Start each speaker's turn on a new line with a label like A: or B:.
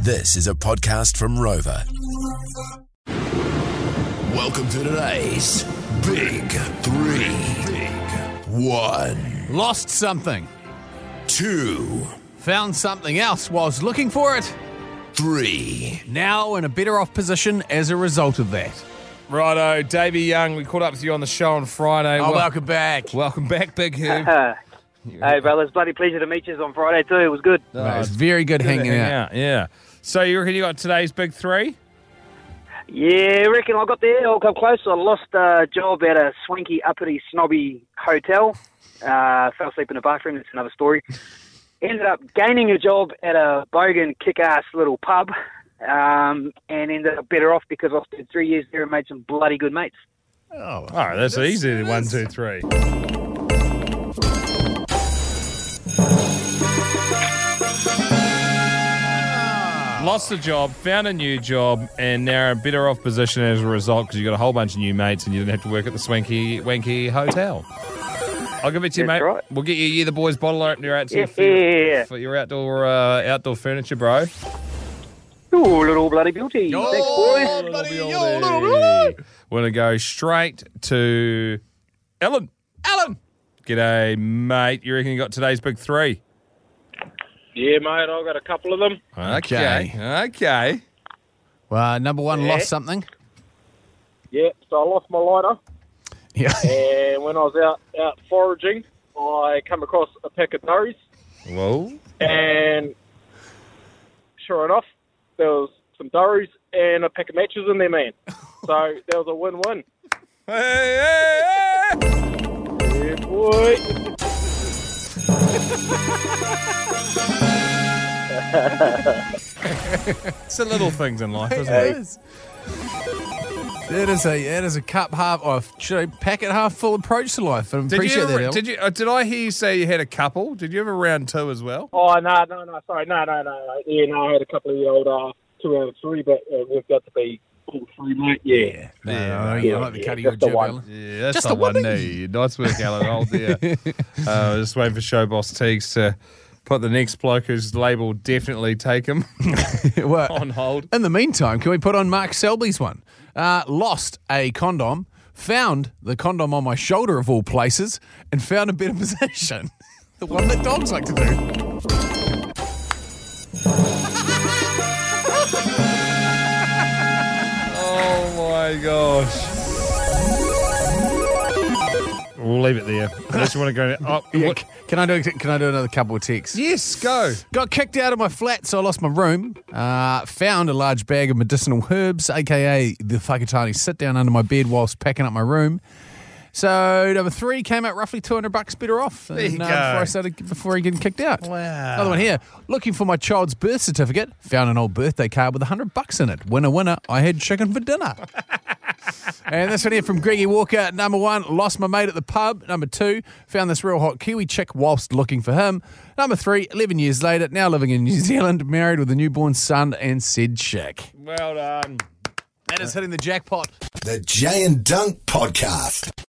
A: This is a podcast from Rover. Welcome to today's Big Three. One,
B: Lost something,
A: two,
B: found something else whilst looking for it,
A: three.
B: now in a better off position as a result of that.
C: Righto, Davey Young, we caught up to you on the show on Friday.
B: Oh,
C: Wel-
B: welcome back.
C: welcome back, Big Hugh.
D: Uh, hey, brothers, bloody pleasure to meet you on Friday too. It was good.
B: Mate, it's very good hanging
C: Hang
B: out.
C: out, yeah. So you reckon you got today's Big Three?
D: Yeah, reckon I got there. I'll come close. I lost a job at a swanky, uppity, snobby hotel. Uh, fell asleep in a bathroom. That's another story. Ended up gaining a job at a bogan, kick-ass little pub, um, and ended up better off because I spent three years there and made some bloody good mates.
C: Oh, that's, easy. One, two, three. Lost a job, found a new job, and now are in a better off position as a result because you got a whole bunch of new mates and you didn't have to work at the swanky, wanky hotel. I'll give it to you,
D: That's
C: mate.
D: right.
C: We'll get you, you the boys' bottle opener out to you for,
D: Yeah.
C: for your outdoor uh, outdoor furniture, bro.
D: Ooh, little bloody beauty. Thanks, boys.
C: Oh, Bloody hell. We're gonna go straight to Ellen. Ellen, g'day, mate. You reckon you got today's big three?
E: Yeah, mate, I've got a couple of them.
B: Okay.
C: okay. okay.
B: Well, Uh, number one, lost something.
E: Yeah, so I lost my lighter,
B: Yeah.
E: and when I was out, out foraging, I come across a pack of berries,
C: Whoa.
E: and sure enough, there was some durries and a pack of matches in there, man. So that was a win-win.
C: Hey, hey, hey.
E: Yeah, boy.
C: It's the little things in life, isn't
B: It
C: it?
B: is. That is a that is a cup half or should I pack it half full approach to life. I
C: Did
B: appreciate
C: you,
B: that.
C: ever,
B: Al.
C: did you? uh, Did I hear you say you had a couple? Did you have a round two as well?
E: Oh, no, no, no, sorry, no, no, no, no. Yeah, no, I had a couple of the old uh, two out of three, but uh, we've got to be all three, mate. Yeah.
B: No,
C: Yeah,
B: I,
E: yeah,
B: I like the
E: yeah,
B: cut of
E: just
B: your
E: the
B: jib,
E: one.
B: Alan.
C: Yeah, that's
B: Just
C: the
B: the
C: one
B: one
C: knee. Nice work, Alan. Oh dear. uh, just waiting for show boss Teagues to put the next bloke whose label definitely take him
B: Well,
C: on hold.
B: In the meantime, can we put on Mark Selby's one? Uh, lost a condom, found the condom on my shoulder of all places, and found a better position. the one that dogs like to do.
C: Oh my gosh. We'll leave it there. Unless you want to go. Oh,
B: Yeah,
C: what-
B: c- can I do? Can I do another couple of texts?
C: Yes, go.
B: Got kicked out of my flat, so I lost my room. Uh, found a large bag of medicinal herbs, aka the fakatani, sit down under my bed whilst packing up my room. So number three came out roughly two hundred bucks better off there
C: you go.
B: before I started before he getting kicked out.
C: Wow.
B: Another one here. Looking for my child's birth certificate. Found an old birthday card with hundred bucks in it. Winner, winner. I had chicken for dinner. And this one here from Greggy Walker. Number one, lost my mate at the pub. Number two, found this real hot Kiwi chick whilst looking for him. Number three, 11 years later, now living in New Zealand, married with a newborn son and said chick.
C: Well done.
B: That is hitting the jackpot.
A: The Jay and Dunk Podcast.